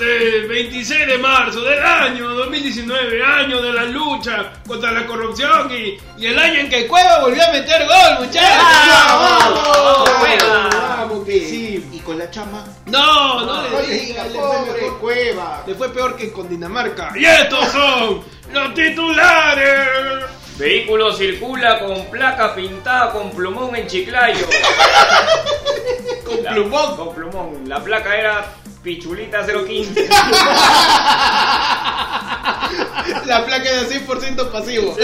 el 26 de marzo del año 2019, año de la lucha contra la corrupción y, y el año en que Cueva volvió a meter gol, muchachos. ¡Vamos, ¡Vamos! Cueva! Vamos, que Sí. Y con la chama. No, no le No le digas, digas, le fue pobre mejor. cueva. Le fue peor que con Dinamarca. Y estos son los titulares. Vehículo circula con placa pintada con plumón en Chiclayo. Con La- plumón. Con plumón. La placa era Pichulita 015. La placa de 100% pasivo.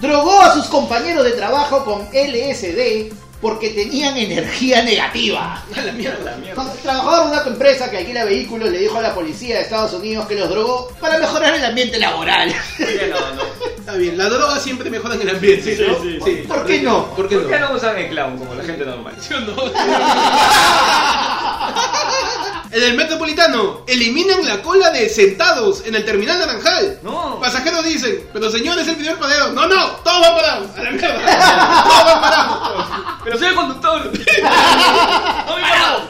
Drogó a sus compañeros de trabajo con LSD porque tenían energía negativa. la mierda, la mierda. Cuando Trabajador de una empresa que alquila vehículos le dijo a la policía de Estados Unidos que los drogó para mejorar el ambiente laboral. Oye, no, no. Está bien, la droga siempre mejoran el ambiente, ¿no? Sí, sí, sí. ¿Por qué no? ¿Por qué ¿Por qué no? no usan el clown como la gente normal? ¿Sí o no? En el metropolitano, eliminan la cola de sentados en el terminal naranjal. No. Pasajeros dicen, pero señor, es el primer parado. No, no, todos van parados. A la mierda. Todos van parados. Pero soy el conductor. No, no. Parado,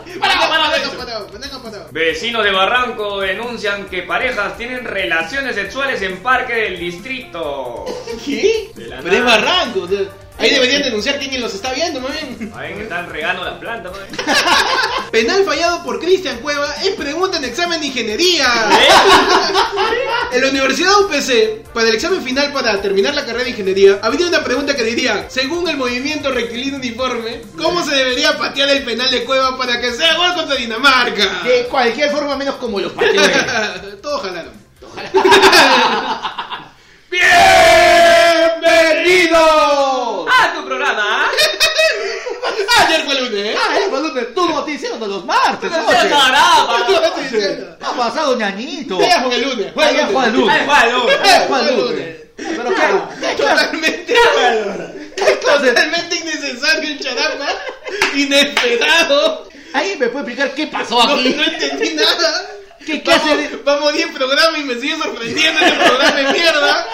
parado, parado, pendejo, parado. Vecinos de Barranco denuncian que parejas tienen relaciones sexuales en parque del distrito. ¿Qué? De la Pero es nada. barranco. o sea, Ahí deberían denunciar quién los está viendo, más bien. A ver que están regando las plantas. pues. ¿no? Penal fallado por Cristian Cueva es pregunta en examen de ingeniería. ¿Eh? En la Universidad UPC, para el examen final para terminar la carrera de ingeniería, habría una pregunta que diría, según el movimiento rectilíneo uniforme, ¿cómo se debería patear el penal de Cueva para que sea gol contra Dinamarca? De cualquier forma menos como los pateadores. Todos jalaron. ¡Bienvenidos! ¡Ah, tu programa! Ayer fue lunes, ¿eh? Ah, es cuando te- tu noticiero de los martes. ¡Tu oye. Ah, programa! Tú lo estás diciendo. Ha pasado ñañito. Juega con el lunes. Ah, ya juega el lunes. ¡Ay, Juan, no! Ah, juega el lunes. Pero claro, Totalmente Totalmente innecesario el charamba Inesperado ahí me puede explicar qué pasó No, aquí. no entendí nada ¿Qué- qué Vamos- hace de- Vamos 10 programas y me sigue sorprendiendo este programa de mierda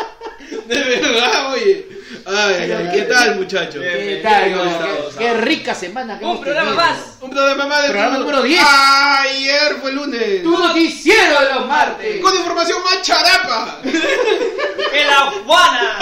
De verdad, oye Ay, ay, ay, ¿qué tal muchachos? ¿Qué Bienvenido, tal, sábado, no? Qué- Qué sábado. rica semana que ¡Un hemos programa tenido. más! Un programa más de Programa número 10. Ayer fue lunes Tu noticiero de los martes. Con información más charapa ¡Que la Juana!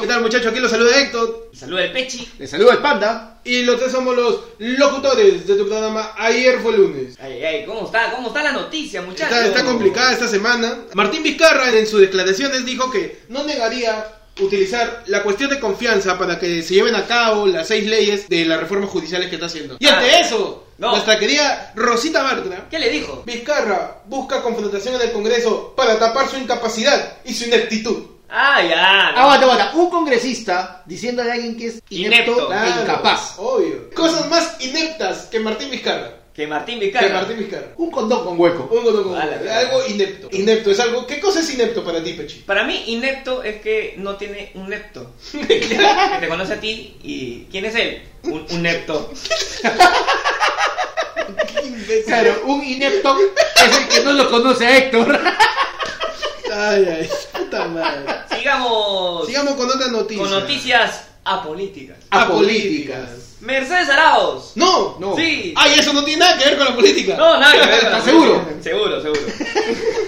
¿Qué tal muchachos? Aquí los saluda Héctor Saluda el Pechi. Le saludo el panda. Y los tres somos los locutores de tu programa Ayer fue lunes Ay, ay, ¿cómo está? ¿Cómo está la noticia, muchachos? Está, está complicada esta semana. Martín Vizcarra en sus declaraciones dijo que no negaría utilizar la cuestión de confianza para que se lleven a cabo las seis leyes de las reformas judiciales que está haciendo. Y ante Ah, eso, no. nuestra querida Rosita Bartra, ¿Qué le dijo? Vizcarra busca confrontación en el Congreso para tapar su incapacidad y su ineptitud. ¡Ah, ya! no. Aguanta, aguanta. Un congresista diciéndole a alguien que es inepto, Inepto, e Claro, incapaz. Obvio. Cosas más ineptas que Martín Vizcarra. Que Martín Que Vizcarra. Martín Vizcarra. Un condón con hueco. Un gono con- A la cara. algo inepto. Inepto es algo. ¿Qué cosa es inepto para ti, Pechi? Para mí, inepto es que no tiene un nepto. que te conoce a ti y. ¿Quién es él? Un, un nepto. Claro, un inepto es el que no lo conoce a Héctor. Ay, ay, puta madre. Sigamos Sigamos con otra noticia. con noticias apolíticas. Apolíticas. Mercedes Araos. No, No. Sí. Ay, eso no tiene nada que ver con la política. No, nada que ver. ¿Estás seguro? Seguro, seguro.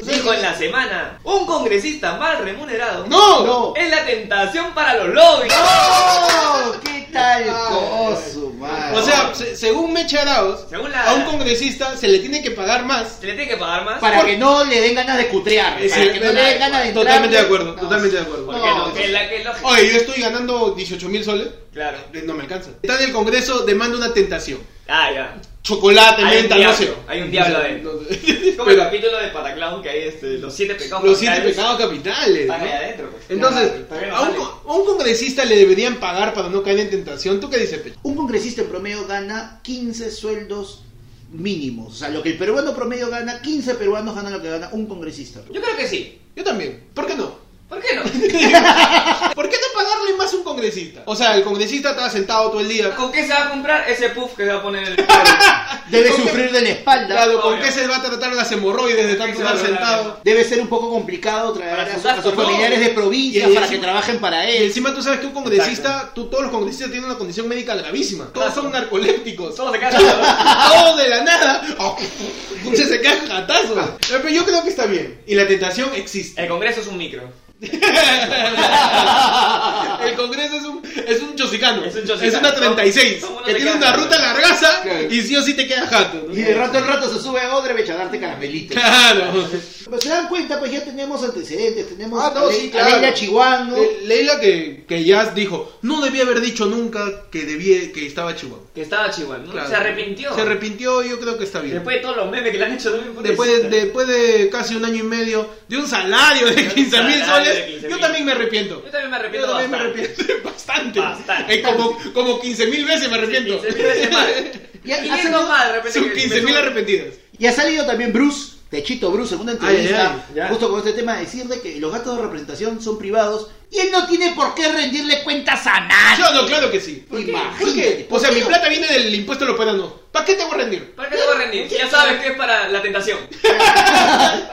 Dijo en la semana, un congresista mal remunerado No. No. es la tentación para los lobbies. ¡Oh! ¿Qué tal coso, madre? O sea, se- según Mecha Arauz, Según la- a un congresista se le tiene que pagar más. ¿Se le tiene que pagar más? para que no le den ganas de cutrear. Es para el- que no le den ganas de entrar. Totalmente de acuerdo, totalmente de acuerdo. Porque No. no, que la que lo... Oye, yo estoy ganando 18 mil soles. Claro. Eh, No me alcanza. Está en el Congreso, demanda una tentación. Ah, ya. Chocolate, Hay un menta, diablo, no sé. hay un diablo No sé, adentro. no sé. Es como el Pero capítulo de Pataclown que hay este, los siete pecados los siete capitales. pecados capitales. Están ahí ¿no? adentro. pues. Entonces, Claro, todavía no a un, sale. co- a un congresista le deberían pagar para no caer en tentación. ¿Tú qué dices, Pecho? Un congresista en promedio gana 15 sueldos mínimos. O sea, lo que el peruano promedio gana, 15 peruanos ganan lo que gana un congresista. Yo creo que sí. Yo también. ¿Por qué no? ¿Por qué no? ¿Por qué no pagarle más a un congresista? O sea, el congresista estaba sentado todo el día. ¿Con qué se va a comprar ese puff que se va a poner en el Debe ¿Con qué? sufrir de la espalda. Claro, ¿con Obvio. qué se va a tratar las hemorroides de tanto se va a estar tratar sentado? Debe ser un poco complicado traer Para a, sus sus- a sus gastos, ¿no? familiares de provincia Y para encima- que trabajen para Y él. encima tú sabes que un congresista, tú, todos los congresistas tienen una condición médica gravísima. Todos son narcolépticos. Solo se caga. Todo de la nada. Se se cae jatazo. Ah. Pero yo creo que está bien. Y la tentación existe. El Congreso es un micro. El Congreso es un, es un chosicano. Es un chosicano. Es una 36. Son unos Que tiene una tecatos. ruta largaza Claro. y sí o sí te queda jato. ¿no? Y de rato en rato se sube a Odrevich a darte caramelitos. Claro. Pero se dan cuenta, pues ya tenemos antecedentes, tenemos Ah, no, a Le- sí, a claro. Leila Chihuahua, Le- Leila que, que ya dijo, no debía haber dicho nunca que debía que estaba Chihuahua. Que estaba chihuahua, ¿no? Claro. Se arrepintió. Se arrepintió y yo creo que está bien. Después de todos los memes que le han hecho también, Después de, después de casi un año y medio, de un salario de 15 mil salario de soles, 15.000. yo también me arrepiento. Yo también me arrepiento Yo también me bastante. arrepiento bastante. Bastante. Eh, como, como 15 mil veces me arrepiento. 15.000 veces más. Y ha- 500 ha salido- más de repente Son que- 15 mil arrepentidas. y ha salido también Bruce, Techito Bruce, en Ah, una entrevista, Ay, ay, ya. justo con este tema, decir de que los gastos de representación son privados y él no tiene por qué rendirle cuentas a nadie. Yo no, claro que sí. ¿Por qué? ¿Por qué? O sea, mi plata viene del impuesto a los peruanos. ¿Para qué te voy a rendir? ¿Para qué te voy a rendir? Ya sabes que es para la tentación.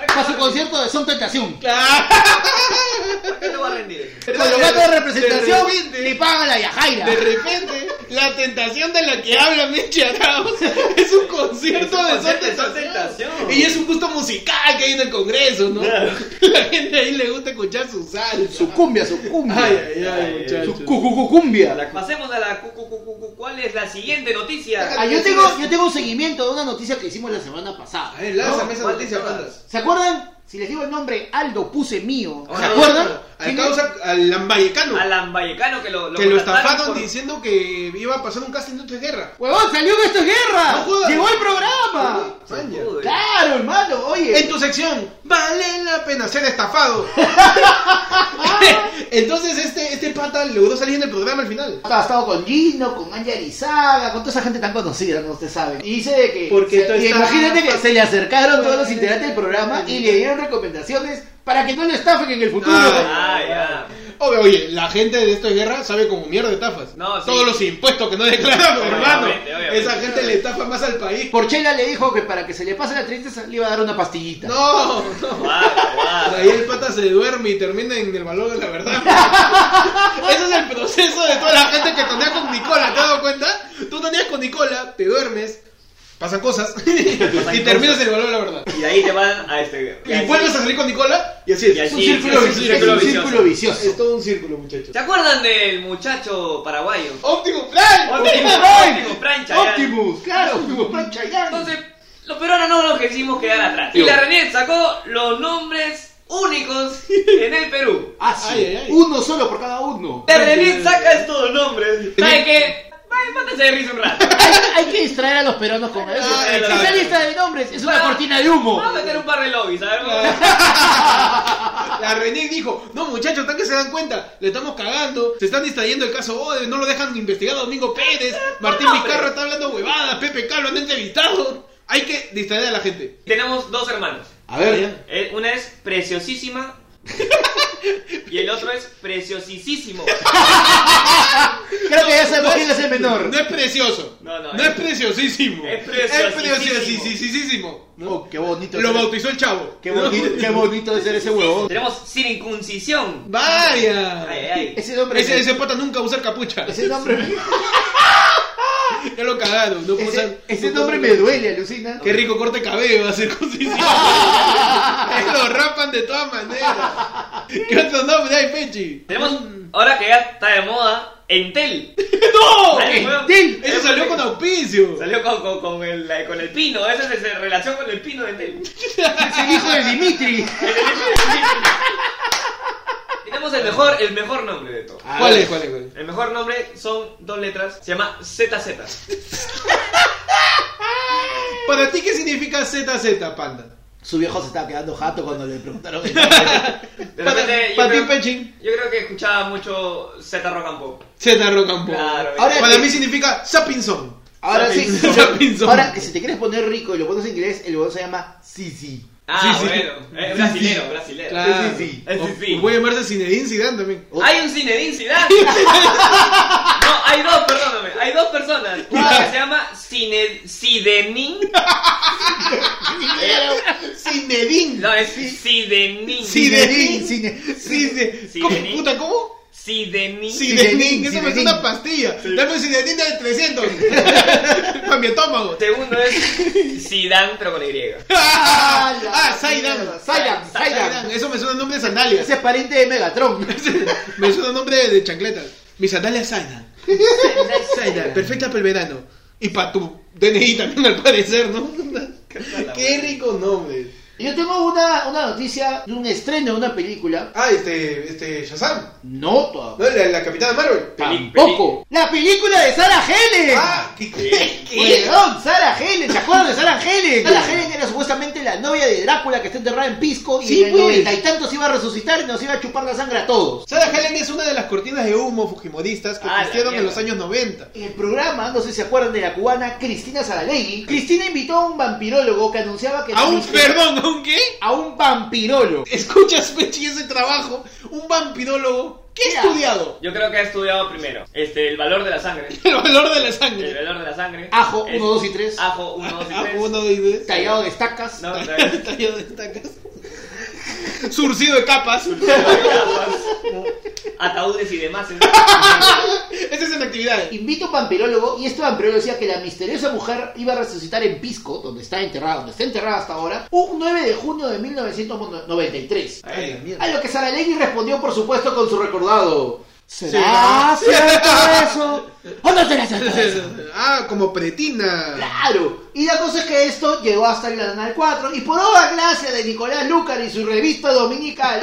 Para su concierto de Son Tentación. Claro. ¿Para qué te voy a rendir? Con los gastos de representación De repente- le pagan a la Yajaira. De repente, la tentación de la que habla Meche Arauz es un concierto Es de un Son concierto de Son Tentación. Tentación. Y es un gusto musical que hay en el Congreso, ¿no? Claro. La gente ahí le gusta escuchar su salsa. Su cumbia, su cumbia. Ay, ay, ay, Ay, muchachos. Su cu- cu- cu- cumbia. Pasemos a la cu- cu- cu- cu- cu- ¿Cuál es la siguiente noticia? Ah, yo, tengo, yo tengo un seguimiento de una noticia que hicimos la semana pasada. A ver, lánzame No, esa ¿cuál de noticia, todas? bandas. ¿Se acuerdan? Si les digo el nombre, Aldo puse mío. ¿Se Ah, acuerdan? Al ¿Quién- causa, al lambayecano. Alan Vallecano que lo, Que lo contrataron estafaron por- diciendo que iba a pasar un casting de otra guerra. ¡Huevón, salió que esto es guerra! No jodas. Ah, ¡Llegó el programa! Saña. Joder. ¡Claro, hermano! Oye, En tu sección, vale la pena ser estafado. Ah. Entonces este, este pata logró salir en el programa al final. ha estado con Gino, con Anja Lizaga, con toda esa gente tan conocida, no usted sabe. Y dice de que... Porque Ah. se- esto y está- Imagínate que se le acercaron todos los integrantes del programa y Ah. le dieron recomendaciones para que no lo estafen en el futuro. Ah, ya. Oye, oye, la gente de esta guerra sabe como mierda estafas. No, sí. Todos los impuestos que no declaramos, Obviamente, hermano. obviamente. Esa gente le estafa más al país. Porchela le dijo que para que se le pase la tristeza le iba a dar una pastillita. No, no. Guau, guau. Ahí el pata se duerme y termina en el valor de la verdad. Ese es el proceso de toda la gente que tonea con Nicola, ¿te has dado cuenta? Tú toneas con Nicola, te duermes, pasan cosas y terminas en el valor de la verdad. Y de ahí te van a este. Y vuelves a salir con Nicola y así Y es. así un círculo es un vicioso. círculo Es un círculo vicioso. Es todo un círculo, muchachos. este. ¿Se acuerdan del muchacho paraguayo? Optimus Prime. Optimus Prime. Optimus Prime, Chayanne. Optimus, claro, Optimus Prime Chayanne. Entonces, los peruanos no nos quisimos quedar atrás. Y la René sacó los nombres únicos en el Perú. Ah, sí. Ay, ay, ay. Uno solo por cada uno. La René saca estos nombres. ¿Sabe qué? Ay, Mándese de risa un rato. Hay, hay que distraer a los peruanos con eso. Ah, Esa exacto. lista de nombres es una Ah. cortina de humo. Vamos a meter un par de lobbies, a ver. vamos. Ah. La René dijo, no muchachos, hasta que se dan cuenta, le estamos cagando, se están distrayendo el caso Ode, no lo dejan investigar a Domingo Pérez, Martín no, Vizcarra hombre. está hablando huevadas, Pepe K lo han entrevistado. Hay que distraer a la gente. Tenemos dos hermanos. A Eh, Una es preciosísima. Y el otro es preciosísimo. creo que ya sabemos quién es el menor. No es precioso. No, no, es, es- preciosísimo. es preciosísimo. preciosísimo. Oh, qué bonito. Lo ser- bautizó el chavo. qué, bonito qué bonito de ser ese huevón. Tenemos circuncisión. Vaya. Ay, ay, ay. Ese nombre. Ese, ese pata nunca va a usar capucha. ese nombre, Ya lo cagaron. No puede ese, usar- ese no nombre puede- me duele, alucina. Qué rico corte de cabello va a ser concisión. lo rapan de todas maneras. ¿Qué otro nombre hay, Pechi? Tenemos, ahora que ya está de moda, Entel. ¡No! Ay, weón. Entel. Eso salió con auspicio. Salió con, con, con el, la- con el pino, esa es la relación con el pino de Entel. Es el hijo de Dimitri. Tenemos el mejor, el mejor nombre de todo. ¿Cuál es? ¿Cuál es? ¿Cuál es? El mejor nombre son dos letras, se llama ZZ. Para ti, ¿qué significa ZZ, panda? Su viejo se estaba quedando jato cuando le preguntaron. el De Para, repente, yo para ti, creo- Pechi, Yo creo que escuchaba mucho Z Rock and Pop. Z rock and pop. Claro, Ah, Ahora- Para mí significa Sapinson. Ahora sí, Sapinson. ahora que si te quieres poner rico y lo pones en inglés, el huevón se llama Sisi. Ah, Sí, sí. bueno. Eh, Sí, brasilero, sí. brasilero. Claro. Sí, sí, sí. O- Sí, sí. o puede llamarse Zinedine Zidane también. Hay un Zinedine Zidane. No, hay dos, perdóname. Hay dos personas. Una que se llama Cine, Sidenin. Zinedine. No, es Sidenin. Sidenin. Cine- Cine- Sidenin. ¿Cómo? Puta, ¿cómo? Sidenin. Sidenin. Esa me Sidenin. suena una pastilla. Dame un Sidenin de 300. Para mi estómago. Segundo es Zidane, pero con Y. Ah, la ah, Zidane. mierda. Zidane, Zidane. Zidane. Eso me suena a nombre de sandalias. Ese es pariente de Megatron. Me suena nombre de chancletas. Mis sandalias Zaidan. Zaidan, perfecta para el verano. Y para tu DNI también, al parecer, ¿no? Qué rico nombre. Yo tengo una, una noticia de un estreno de una película. Ah, este, este, Shazam. No todavía. ¿No? La, la capitana Marvel. Peli- Tampoco. La película de Sarah Helen. Ah, ¿qué? qué, qué? Weón, Sarah Helen, ¿se acuerdan de Sarah Helen? Sarah Helen era supuestamente la novia de Drácula que está enterrada en Pisco y Sí, en el pues. noventa y tantos iba a resucitar y nos iba a chupar la sangre a todos. Sarah Helen es una de las cortinas de humo fujimoristas que Ah, la existieron en mierda. los años 90. En el programa, no sé si se acuerdan de la cubana Cristina Saralegui, Cristina invitó a un vampirólogo que anunciaba que... ¿A un, perdón, ¿a un qué? A un vampirólogo. Escuchas, Pechi, ese trabajo. Un vampirólogo. ¿Qué ha Mira. estudiado? Yo creo que ha estudiado primero este, el valor de la sangre. El valor de la El sangre. valor de la sangre. Ajo, Es- 1, 2 y 3. Ajo, 1, 2 Ah, y 3. uno, dos, tres. Tallado de estacas. No, tres. Tallado de estacas. Surcido de capas. Ataúdes y demás. ¿eh? Esa es en actividades. Invito a un vampirólogo y este vampirólogo decía que la misteriosa mujer iba a resucitar en Pisco, donde está enterrada, donde está enterrada hasta ahora, un 9 de junio de 1993. Ay, la A mierda. lo que Saralegui respondió, por supuesto, con su recordado. ¿Será cierto eso? ¿O no será cierto Ah, como pretina. Claro. Y la cosa es que esto llegó hasta el canal 4 y por obra gracia de Nicolás Lucar y su revista dominical,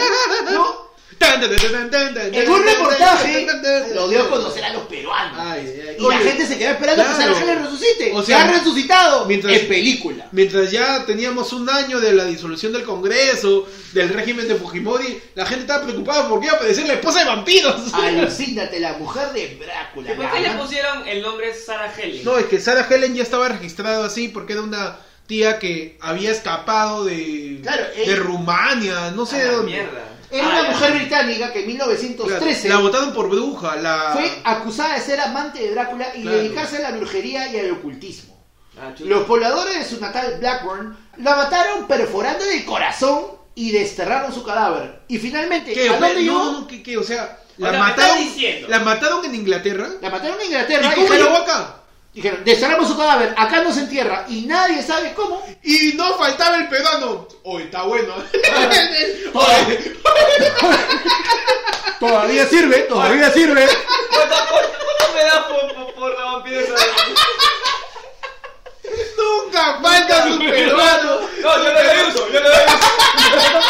¿no? Tan, tan, tan, tan, tan, En un tan, reportaje tan, tan, tan, lo dio a tan. conocer a los peruanos. Ay, ay, y oye, la gente se quedó esperando que claro. Sarah Helen resucite. O O sea, sea, ha resucitado mientras- en película. Mientras ya teníamos un año de la disolución del Congreso, del régimen de Fujimori, la gente estaba preocupada porque iba a aparecer la esposa de vampiros. Alucínate, la mujer de Drácula. ¿Por la qué le amante. pusieron el nombre Sarah Helen? No, es que Sarah Helen ya estaba registrada así porque era una tía que había escapado de, Claro, de ella- Rumania, no sé A de la dónde. mierda. Era Ah, una ya. mujer británica que en Claro, 1913 La votaron por bruja, la... ¿eh? fue acusada de ser amante de Drácula y Claro. dedicarse a la brujería y al ocultismo. Ah, chuta. Los pobladores de su natal Blackburn la mataron perforando el corazón y desterraron su cadáver. Y finalmente, ¿Qué? ¿a dónde No, llegó? no, no, ¿qué, qué? O sea, la sea, me mataron... estás diciendo. La mataron en Inglaterra. La mataron en ¿Y Inglaterra y cómo llegó dijeron, acá? dijeron, desterramos su cadáver, acá no se entierra y nadie sabe cómo. Y no faltaba el peruano. Hoy está bueno. Todavía, sirve, todavía sirve. ¿Cuánto, cuánto- cuánto me da por, por, por la vampira esa? Nunca falta un peruano. No, yo le doy uso, yo le doy uso.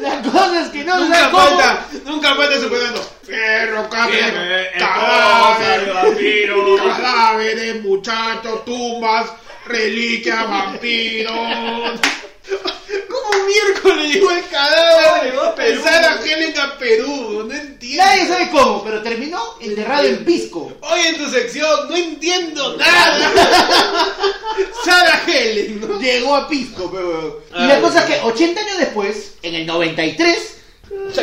La cosa es que no se Nunca sabe cómo. falta, nunca falta su peruano. Perro, Dime, cadáver, esposa de cadáver, eh, vampiro. cadáveres, muchachos, tumbas, reliquias, vampiros. ¿Cómo miércoles llegó el ¿Cómo cadáver? llegó a Perú? Pensar a Helen a Perú, no entiendo. Nadie sabe cómo, pero terminó enterrado en Pisco. Hoy en tu sección no entiendo nada. Sara Helen, ¿no? Llegó a Pisco, pero. Ah, Y la cosa es que 80 años después, en el 93,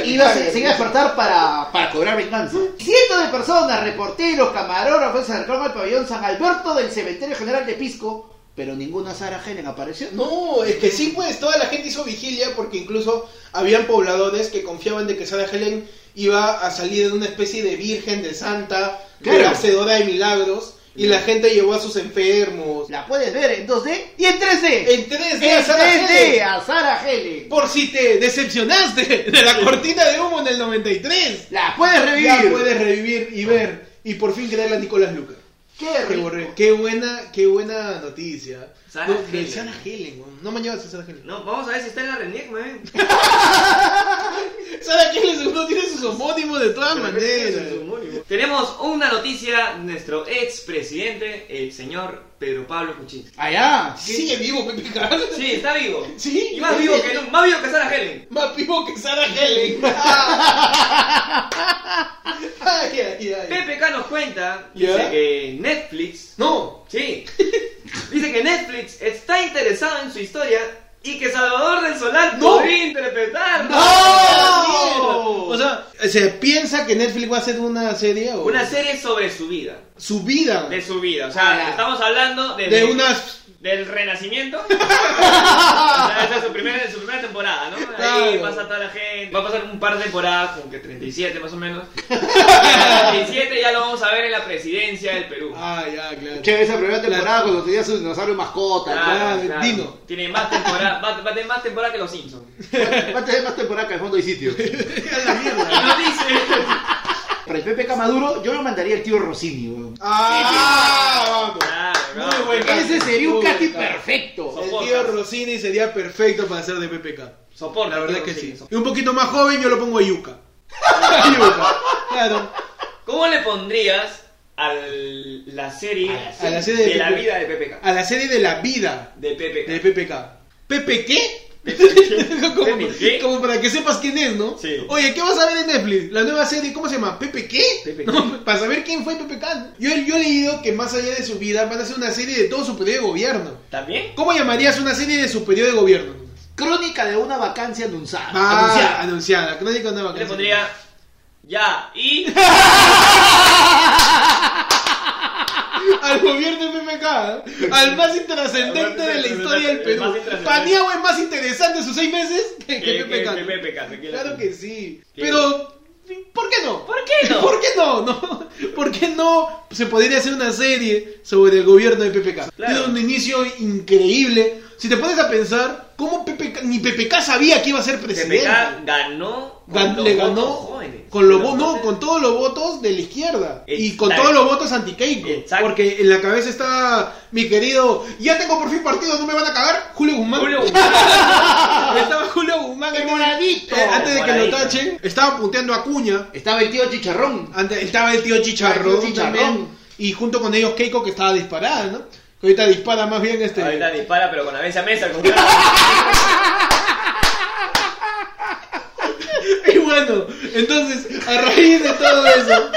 iba a, se, se iba a despertar para, para cobrar venganza. Cientos de personas, reporteros, camarógrafos, se acercaron al pabellón San Alberto del Cementerio General de Pisco, pero ninguna Sara Helen apareció. No, es que sí, pues toda la gente hizo vigilia porque incluso habían pobladores que confiaban de que Sara Helen iba a salir de una especie de virgen de santa, de Claro. hacedora de milagros, y la gente llevó a sus enfermos. La puedes ver en 2D y en 3D. En 3D, En Sarah 3D, Helen. a Sarah Helen. Por si te decepcionaste de la cortina de humo en el 93, La puedes revivir. ya puedes revivir y ver, y por fin creer a Nicolás Lucas. Qué Qué, rico. borre- qué buena, qué buena noticia. Sarah no, de Helen. Sarah Helen, weón. no me llevas a Sarah Helen. No, vamos a ver si está en la Reniec, man. Sarah Helen seguro tiene sus homónimos de todas maneras. Tenemos una noticia de nuestro expresidente, el señor Pedro Pablo Kuczynski. Ah, Allá. Sigue vivo, Pepe Carrasco. Sí, está vivo. Sí. Y más vivo que, no- más vivo que Sarah Helen. Más vivo que Sarah Helen. ay, ay, ay. PPK nos cuenta, ¿Ya? dice que Netflix No. Sí. Dice que Netflix está está interesado en su historia y que Salvador del No. Solar podría interpretar. ¡No! O sea, se piensa que Netflix va a hacer una serie o Una serie sobre su vida. su vida De de, su vida. O sea, Ah. estamos hablando de, unas del renacimiento. O sea, esa es su, primer- su primera temporada, ¿no? Ahí Claro. pasa toda la gente. Va a pasar un par de temporadas, como que 37 más o menos. Y a 37 ya lo vamos a ver en la presidencia del Perú. Ah, ya, claro. Che, esa primera temporada cuando tenía su dinosaurio mascota. claro, Dino. Tiene más temporada, va, va a tener más temporada que los Simpsons. ¿no? Va a tener más temporada que al fondo y sitio. A la Y mierda. no dice. Para el Pepe Camaduro, yo lo mandaría al tío Rossini, weón. Ah, vamos. Claro, Muy claro. buen cast. Ese sería un Muy buen casting cast. perfecto. El tío Rossini sería perfecto para hacer de PPK. Soporta, La verdad tío, que sí, sí. soporta. Y un poquito más joven, yo lo pongo a Yuka. A Yuka, claro. ¿Cómo le pondrías a la serie, A la serie de de la Pepe. vida de PPK? A la serie de la vida De PPK. de PPK. ¿Pepe qué? como, ¿Pepe qué? como para que sepas quién es, ¿no? Sí. Oye, ¿qué vas a ver en Netflix? La nueva serie, ¿cómo se llama? ¿Pepe qué? Pepe No, para saber quién fue Pepe K. Yo, yo he leído que más allá de su vida van a hacer una serie de todo su periodo de gobierno. ¿También? ¿Cómo llamarías una serie de su periodo de gobierno? Crónica de una vacancia anunciada. Ah, anunciada. anunciada. anunciada. Crónica de una Yo le vacancia. pondría ya y al gobierno de PPK, al más intrascendente de la historia del El más Perú. intrascendente. Paniagua es más interesante sus seis meses que, que que- que PPK. PPK, tranquilo. Claro que sí. Que- Pero, ¿por qué no? ¿Por qué no? ¿Por qué no? no? ¿Por qué no se podría hacer una serie sobre el gobierno de PPK? Claro. Tiene un inicio increíble. Si te pones a pensar, ¿cómo PPK, ni PPK sabía que iba a ser presidente? PPK ganó con Gan- los le votos ganó jóvenes. con los Los vo- no, votos- con todos los votos de la izquierda y Exacto. con todos los votos anti Keiko, Exacto. porque en la cabeza está mi querido, ya tengo por fin partido, no me van a cagar, Julio Guzmán. Julio Guzmán. estaba Julio Guzmán ¡El antes, moradito! eh, antes de que lo Moradito. tachen, estaba punteando a Cuña, Estaba el tío Chicharrón. estaba el tío Chicharrón, El tío Chicharrón. también, y junto con ellos Keiko que estaba disparada, ¿no? Que ahorita dispara más bien este Ahorita dispara pero con la mesa mesa con Y bueno, entonces, a raíz de todo eso,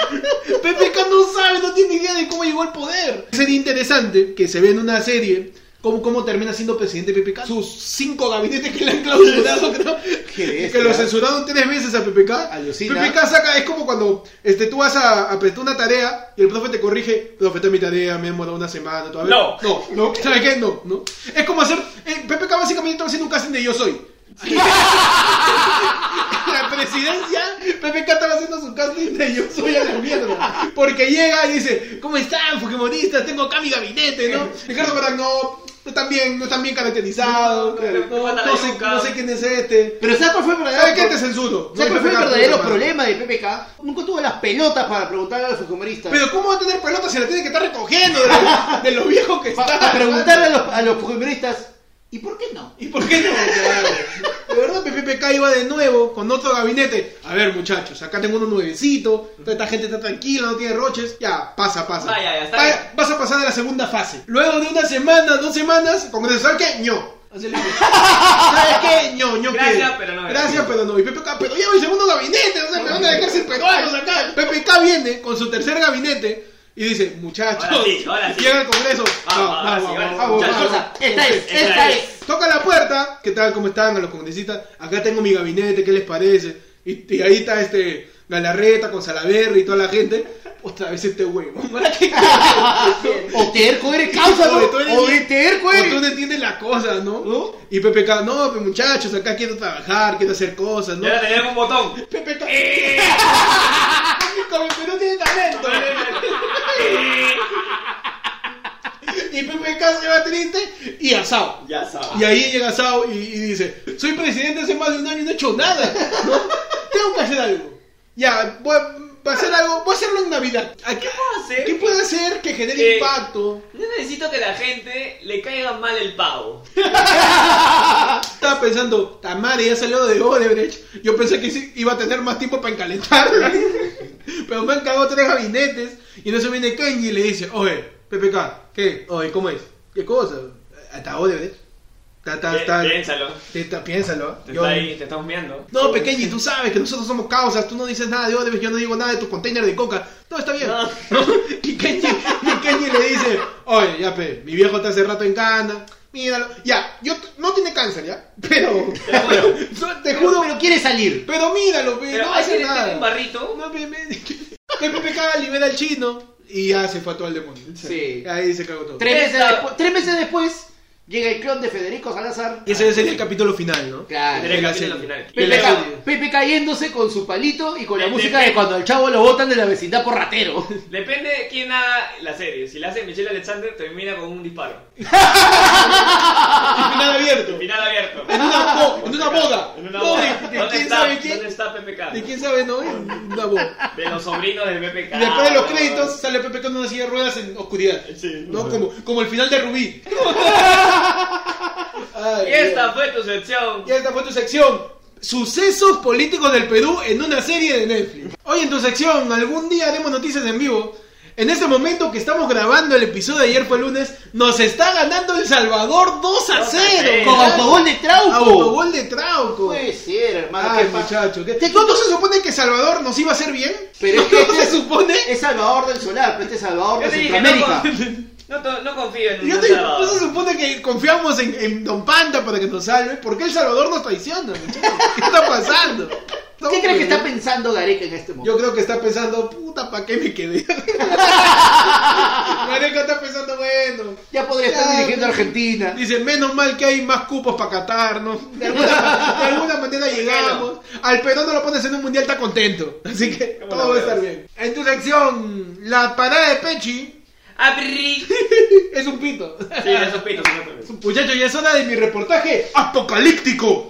PPK no sabe, no tiene idea de cómo llegó al poder. Sería interesante que se vea en una serie cómo, cómo termina siendo presidente PPK. Sus cinco gabinetes que le han clausurado, creo, Qué bestia. que lo censuraron tres veces a PPK. Alucina. PPK saca, es como cuando este, tú vas a apretar una tarea y el profe te corrige, profe, esta es mi tarea, me he demorado una semana todavía. No. No, no, ¿sabes qué? No, no. Es como hacer, eh, PPK básicamente está haciendo un casting de yo soy. la presidencia, Pepe Cata va haciendo su casting de yo soy a la mierda. Porque llega y dice, ¿cómo están, Pokémonistas? Tengo acá mi gabinete, ¿no? Ricardo Barán, no, no están bien, no están bien caracterizados, No, no, no, no, no sé, no sé quién es este. Pero ¿sabes cuál fue el ¿Sabes verdadero, qué? Te censuro. No, ¿sabes cuál fue el Pepe Cata, verdadero puta madre. problema de PPK? Nunca tuvo las pelotas para preguntarle a los fukumaristas. Pero ¿cómo va a tener pelota si la tiene que estar recogiendo de, la- de lo viejo que Pa- está? Para preguntarle a los, a los fukumaristas, ¿y por qué no? ¿Y por qué no? Claro. De verdad, PPK iba de nuevo con otro gabinete. A ver, muchachos, acá tengo uno nuevecito. Toda esta gente está tranquila, no tiene roches. Ya, pasa, pasa. Ah, ya, ya, está Va- bien. vas a pasar a la segunda fase. Luego de una semana, dos semanas, Congreso, ¿sabes qué? ño. Así le digo. ¿Sabes qué? ño, ño Gracias, quiere. pero no. Gracias, pero no. Y PPK, pero ya mi segundo gabinete. O sea, me van a dejar sin peruanos acá. PPK viene con su tercer gabinete. Y dice, muchachos, Ahora sí, ahora sí. llega al Congreso. Vamos, No, no, ahora sí, vamos, ahora sí, vamos, muchachos. vamos. Esta es, Esta esta es. es. Toca la puerta, ¿qué tal? ¿Cómo están? A los congresistas, acá tengo mi gabinete, ¿qué les parece? Y, y ahí está este Galarreta con Salaverri y toda la gente. Otra vez este huevo. ¿Para qué? Oterco eres causa, ¿no? Oye, tú eres- Oterco Porque tú eres. no entiendes la cosa, ¿no? ¿No? Y PPK, no, pues muchachos, acá quiero trabajar, quiero hacer cosas, ¿no? Ya tenemos un botón. PPK. Como el Perú tiene talento. Y PPK se va triste y asado. ya sabes. Y ahí llega Sao y, y dice, soy presidente hace más de un año y no he hecho nada. ¿no? Tengo que hacer algo. Ya, voy a, va a hacer algo, voy a hacerlo en Navidad. ¿A ¿Qué, puedo hacer? ¿Qué puedo hacer que genere Eh, impacto? Ah, Yo necesito que la gente le caiga mal el pavo. Estaba pensando, Tamara ya salió de Odebrecht. Yo pensé que sí iba a tener más tiempo para encalentar. Pero me han cagado tres gabinetes. Y en eso viene Kenji y le dice, oye, PPK, ¿qué? Oye, ¿cómo es? ¿Qué cosa? Hasta Odebrecht. Ta, ta, Pi- ta. Piénsalo. Te- te- piénsalo. ¿ah? Te Yo- está ahí, te estamos mirando. No, pequeño, tú sabes que nosotros somos causas, tú no dices nada de Odebrecht, yo no digo nada de tu container de coca. Todo está bien. No. Y, Kenji, y Kenji le dice, oye, ya pe, mi viejo está hace rato en Cana, míralo. Ya, yo t- no tiene cáncer, ¿ya? Pero. Pero- no, te Pero, juro. pero quiere salir. Pero míralo, pe, Pero no hay que hace tener un nada. barrito. No, pe, pe- que PPK libera al chino y ya se fue a todo el demonio. Sí. Ahí se cagó todo. Tres meses, Esa- despu- tres meses después llega el clon de Federico Salazar. Y ese sería el capítulo final, ¿no? Claro. Tendría que la hacer serie. la final. De la serie. Pepe, ca- Pepe cayéndose con su palito y con la Pepe. música de cuando al chavo lo botan de la vecindad por ratero. Depende de quién haga la serie. Si la hace Michelle Alexander, termina con un disparo. Y final abierto. Final abierto. En una, bo- en una boda. En una No, boda. de- de ¿Dónde, quién está, sabe ¿Dónde quién. está PPK? De quién sabe, ¿no? En una boda. De los sobrinos del PPK. Y después de los créditos sale PPK en una silla de ruedas en oscuridad. Ah. Sí. ¿No? Como, como el final de Rubí. Ay, Y esta fue tu sección. Y esta fue tu sección. Sucesos políticos del Perú en una serie de Netflix. Hoy en tu sección, algún día haremos noticias en vivo. En este momento que estamos grabando el episodio de ayer fue lunes, nos está ganando El Salvador 2 a 0. cero. Con autogol de Trauco. Autogol de Trauco. Puede ser, hermano. Ay, ¿qué pasa? muchacho. ¿qué- ¿No, no se supone que Salvador nos iba a hacer bien? Pero ¿No, es que no este- se supone? Es Salvador del Solar, pero este es Salvador de Yo te dije, no, Centroamérica. con- no, to- no confío en un Yo te- pues, ¿No se Salvador. supone que confiamos en, en Don Panda para que nos salve? ¿Por qué El Salvador nos traiciona, muchacho? ¿Qué está pasando? ¿Qué crees que está pensando? pensando Gareca en este momento? Yo creo que está pensando, puta, ¿para qué me quedé? Marico está pensando, bueno. Ya podría estar Ya, dirigiendo a pues. Argentina. Dice, menos mal que hay más cupos para Qatar, ¿no? De alguna, de alguna manera llegamos. Al Perón no lo pones en un mundial, está contento. Así que ¿Cómo la todo va a estar veas? bien. En tu sección, la parada de Pechi Abrí. Sí, es un pito. de esos pitos. no te preocupes. Muchachos, ya es hora de mi reportaje apocalíptico.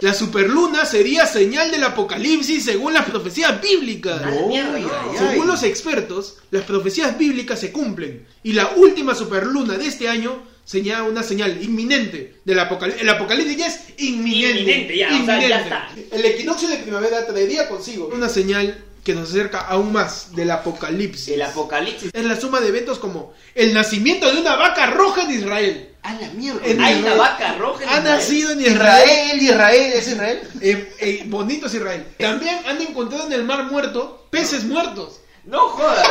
La superluna sería señal del apocalipsis según las profecías bíblicas. A la mierda, Ay, no. ay, ay. Según los expertos, las profecías bíblicas se cumplen y la última superluna de este año señala una señal inminente del apocalipsis. El apocalipsis ya es inminente. Inminente, ya, o sea, ya está. El equinoccio de primavera traería consigo una señal que nos acerca aún más del apocalipsis. El apocalipsis. es la suma de eventos como el nacimiento de una vaca roja en Israel. A la mierda. En Hay una Israel. vaca roja. en Ha Israel. nacido en Israel. Israel, Israel, es Israel. Eh, eh, bonito es Israel. También han encontrado en el mar muerto peces muertos. No jodas.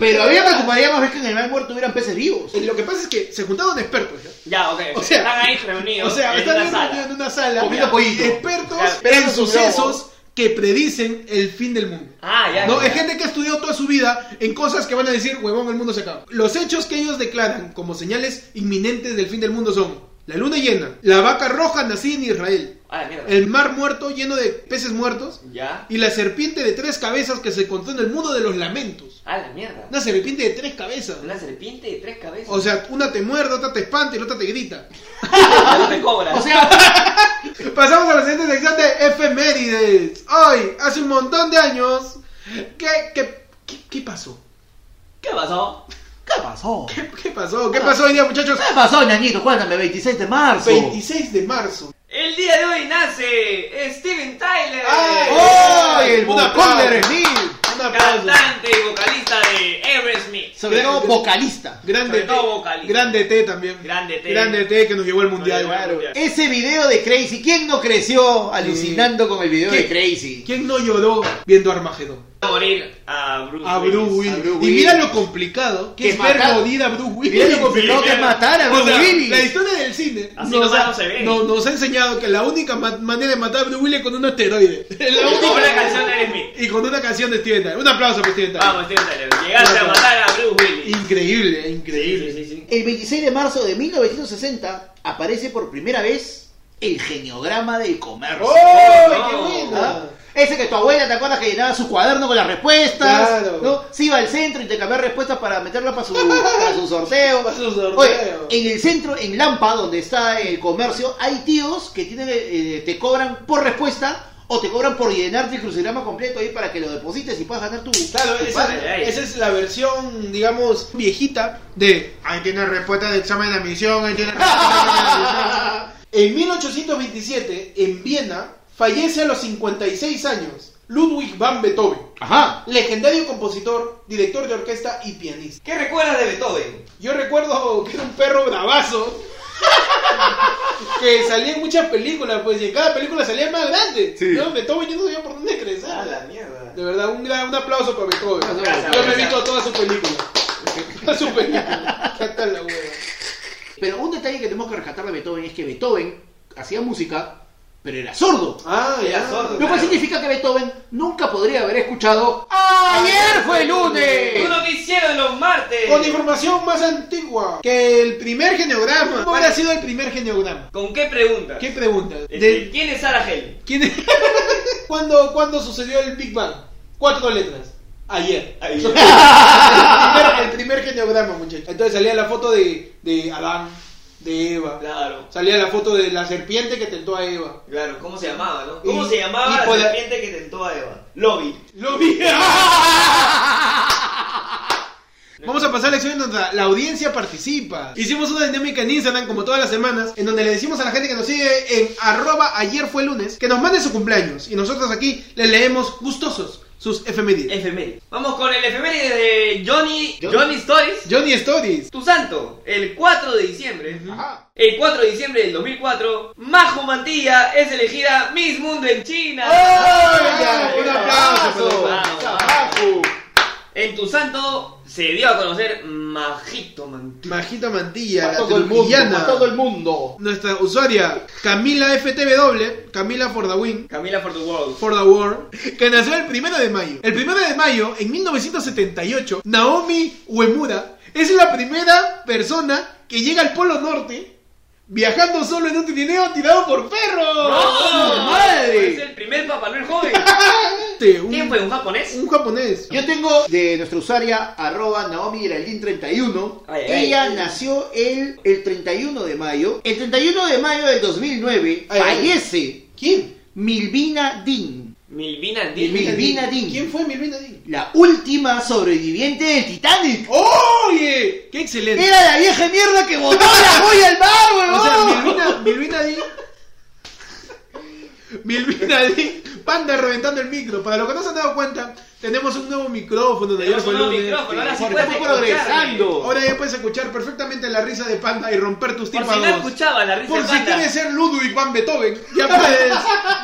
Pero a mí me preocuparía más ver que en el mar muerto hubieran peces vivos. Eh, Lo que pasa es que se juntaron expertos. ¿ya? Ya, ok. O sea, están ahí reunidos. O sea, en están una en sala. reunión en una sala. Comiendo ya, pollito. Expertos Ya, en esperando su sucesos que predicen el fin del mundo. Ah, ya. No, ya. es gente que ha estudiado toda su vida en cosas que van a decir, huevón, el mundo se acaba. Los hechos que ellos declaran como señales inminentes del fin del mundo son la luna llena, la vaca roja nacida en Israel, A Ah, la mierda. el mar muerto lleno de peces muertos Ya. y la serpiente de tres cabezas que se encontró en el mundo de los lamentos. A Ah, la mierda. Una serpiente de tres cabezas. Una serpiente de tres cabezas. O sea, una te muerde, otra te espanta y la otra te grita. no te cobras. O sea, Pasamos a la siguiente sección de efemérides. Hoy, hace un montón de años, ¿qué, qué, qué, qué pasó? ¿qué pasó? ¿qué pasó? ¿Qué ¿Qué, qué pasó? ¿Qué pasó hoy día, muchachos? pasó, ñañito? Cuéntame, 26 de marzo. 26 de marzo. El día de hoy nace Steven Tyler. ¡Ay! ¡Oh, el Un volcán aplauso. de Renil! Un aplauso. Cantante y vocalista de Aerosmith. Sobre todo vocalista. Grande Sobre T. todo vocalista. Grande T también. Grande T. Grande T que nos llevó al mundial. Nos llevó al Mundial. Ese video de Crazy, ¿quién no creció alucinando con el video ¿Qué? de Crazy? ¿Quién no lloró viendo Armagedón? Va a morir a Bruce. A Willis. Bruce Willis. A Bruce Y mira Willis. lo complicado que Que es ver mata- morir a Bruce Willis. Mira lo complicado sí, que es mira. matar a O sea, Bruce Willis. La historia del cine Así nos, nomás ha, no se ve. no- nos ha enseñado que la única ma- manera de matar a Bruce Willis es con un esteroide. Es la Y única- con una canción de Aerosmith. Y con una canción de Steven Tyler. Un aplauso para Steven Tyler. Vamos, Steven Tyler. Llegaste a Vamos. matar a Bruce Willis. Increíble, increíble. Sí, sí, sí, sí. El 26 de marzo de 1960 aparece por primera vez el geniograma del comercio. ¡Oh, qué No. bueno! ¿Ah? Ese que tu abuela, ¿te acuerdas que llenaba su cuaderno con las respuestas? Claro. ¿no? Se iba al centro y te cambiaba respuestas para meterla para su, para su sorteo. Para su sorteo. Oye, en el centro, en Lampa, donde está el comercio, hay tíos que tienen, eh, te cobran por respuesta o te cobran por llenarte el crucigrama completo ahí para que lo deposites y puedas ganar tu... Eh, Claro, tu esa, padre. esa es la versión, digamos, viejita de ahí tiene respuesta de examen de admisión, ahí tiene respuesta de En 1827, en Viena, fallece a los 56 años Ludwig van Beethoven, Ajá. legendario compositor, director de orquesta y pianista. ¿Qué recuerdas de Beethoven? Yo recuerdo que era un perro bravazo que salía en muchas películas, pues, y en cada película salía más grande. Sí. No, Beethoven yo no sabía por dónde crecer. A la mierda. De verdad, un, gran, un aplauso para Beethoven. Gracias, Yo me he gracias. visto toda su película. Está suspendido. Ya está la hueva. Pero un detalle que tenemos que rescatar de Beethoven es que Beethoven hacía música, pero era sordo. Ah, Era sordo. Lo cual Claro. significa que Beethoven nunca podría haber escuchado Ayer fue lunes. Uno que hicieron los martes. Eh, Con información más antigua que el primer geneograma. ¿Cuál Vale. ha sido el primer geneograma? ¿Con qué pregunta? ¿Qué pregunta? Este, De- ¿Quién es Sarah Hell? ¿Quién es? ¿Cuándo, cuándo sucedió el Big Bang? Cuatro letras. Ayer. el, primer, el primer geneograma, muchachos. Entonces salía la foto de, de Adán, de Eva. Claro. Salía la foto de la serpiente que tentó a Eva. Claro, ¿cómo se llamaba, no? ¿Cómo Y- se llamaba y la por la- serpiente que tentó a Eva? Lobby. ¡Lo vi! Vamos a pasar a la sección donde la audiencia participa. Hicimos una dinámica en Instagram, como todas las semanas, en donde le decimos a la gente que nos sigue en arroba ayer fue lunes, que nos mande su cumpleaños. Y nosotros aquí le leemos gustosos sus Eh. efemérides. Efeméride. Vamos con el efeméride de Johnny, Johnny. Johnny Stories. Johnny Stories. Tu santo, el 4 de diciembre. Ajá. El 4 de diciembre del 2004, Majo Mantilla es elegida Miss Mundo en China. ¡Ah! ya! ¡Un aplauso! Bravo, bravo. Abajo. En tu santo se dio a conocer Majito Mantilla. Majito Mantilla, Para la todo el mundo. trujillana. Para todo el mundo. Nuestra usuaria, Camila FTW, Camila Fordawin, Camila for the World. For the War, que nació el primero de mayo. El primero de mayo, en 1978, Naomi Uemura es la primera persona que llega al Polo Norte viajando solo en un trineo tirado por perros. ¡Oh! Es ¡Madre! el primer Papá Noel joven. Este, un, ¿Quién fue? ¿Un japonés? un japonés. Yo tengo de nuestra usuaria arroba Naomi Geraldine 31. Ay, ay, Ella ay. nació el, el 31 de mayo. El 31 de mayo del 2009 Ay, ay. fallece ¿Quién? Milvina Dean, Milvina Milvina. Disney. Dean. ¿Quién fue Milvina Dean? la última sobreviviente del Titanic. ¡Oye! ¡Qué excelente! Era la vieja mierda que botó la joya al mar, O sea, huevón. Milvina, Milvina Dean. Milvina Dean. Panda reventando el micro. Para los que no se han dado cuenta, tenemos un nuevo micrófono. de ayer Tenemos fue un nuevo lunes. micrófono, ahora sí Porque puedes fue progresando. escucharme. Ahora ya puedes escuchar perfectamente la risa de Panda y romper tus Por tripas. si no dos. escuchaba la risa Por de si Panda. quieres ser Ludwig van Beethoven, ya puedes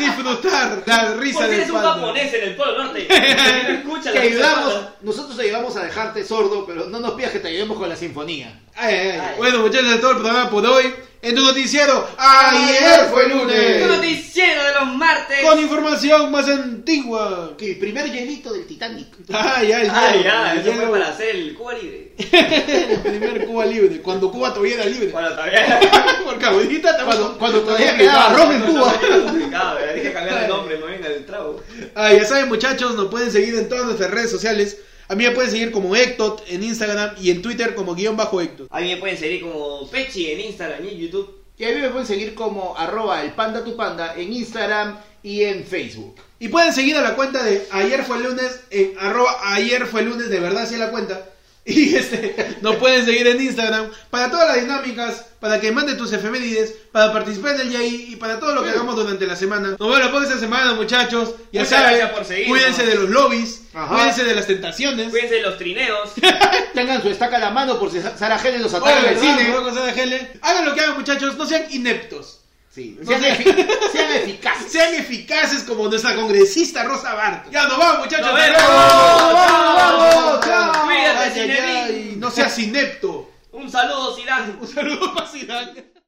disfrutar la risa Por si de eres un Panda. japonés en el Polo Norte. Escucha Te la risa de ayudamos, Panda. nosotros te ayudamos a dejarte sordo, pero no nos pidas que te ayudemos con la sinfonía. Ay, ay, ay. Ay. Bueno, muchachos, es todo el programa por hoy. En tu noticiero, ayer fue Tu lunes. noticiero de los martes. Con información más antigua. Que el primer hielito del Titanic. Ay, ay, Ay, hielo, Ah, ya, el eso fue hielo. para hacer el Cuba Libre. El primer Cuba libre, cuando Cuba todavía era libre. Bueno, todavía. Porque ahorita estamos- Cuando, cuando todavía quedaba arroz en Cuba. Complicado, ¿verdad? Hay que cambiar el nombre, no venga el trago. Ah, ya saben muchachos, nos pueden seguir en todas nuestras redes sociales. A mí me pueden seguir como Ectot en Instagram y en Twitter como guión bajo Ectot. A mí me pueden seguir como Pechi en Instagram y en YouTube. Y a mí me pueden seguir como arroba el panda tu panda en Instagram y en Facebook. Y pueden seguir a la cuenta de ayer fue lunes en arroba ayer fue lunes, de verdad sí es la cuenta. Y este, nos pueden seguir en Instagram para todas las dinámicas, para que manden tus efemérides, para participar en el YAI y para todo lo que hagamos durante la semana. Nos vemos la próxima semana muchachos, ya Muchas saben, gracias por seguirnos. cuídense de los lobbies, Ajá. cuídense de las tentaciones. Cuídense de los trineos. Tengan su estaca a la mano por si Sara Helen los ataca Oye, en el ¿verdad? cine. Mejor cosa de Helen. Hagan lo que hagan muchachos, no sean ineptos. Sí, No sean, sé. efic- sean eficaces. Sean eficaces como nuestra congresista Rosa Bartos. Ya nos vamos, muchachos. ¡Nos Hasta vemos! luego. ¡Chao! ¡Vamos, chao! Cuídate, Ay, ay, Zinedine. ay, No seas inepto. Un saludo, Zidane. Un saludo para Zidane.